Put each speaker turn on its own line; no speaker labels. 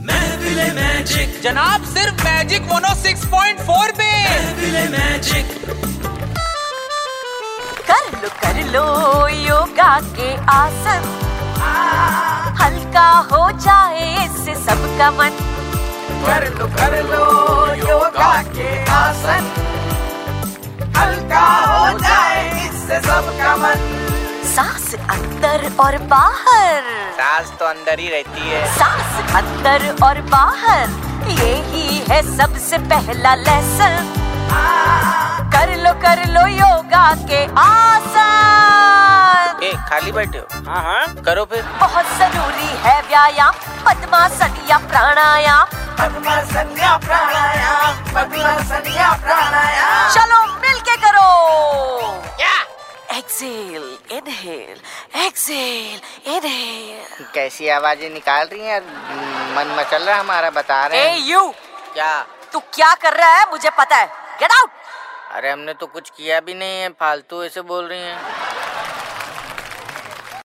महफिल मैजिक
जनाब सिर्फ मैजिक मोनो 6.4 पे
महफिल मैजिक
कर लो कर लो योगा के आसन हल्का हो जाए इससे सबका मन
कर लो कर लो योगा के आसन हल्का हो जाए इससे सबका मन
सांस अंदर और बाहर
सांस तो अंदर ही रहती है
सांस अंदर और बाहर यही है सबसे पहला लेसन कर लो कर लो योगा के आसन
ए खाली बैठे हो हाँ हाँ करो फिर
बहुत जरूरी है व्यायाम पद्मासन या प्राणायाम
पद्मासन या प्राणायाम पद्मासन या प्राणायाम
चलो मिलके करो
क्या
एक्सेल इनहेल एक्सेल इनहेल
कैसी आवाजें निकाल रही हैं मन मचल रहा हमारा बता रहे
ए
हैं
यू
क्या
तू क्या कर रहा है मुझे पता है गेट आउट
अरे हमने तो कुछ किया भी नहीं है फालतू ऐसे बोल रही हैं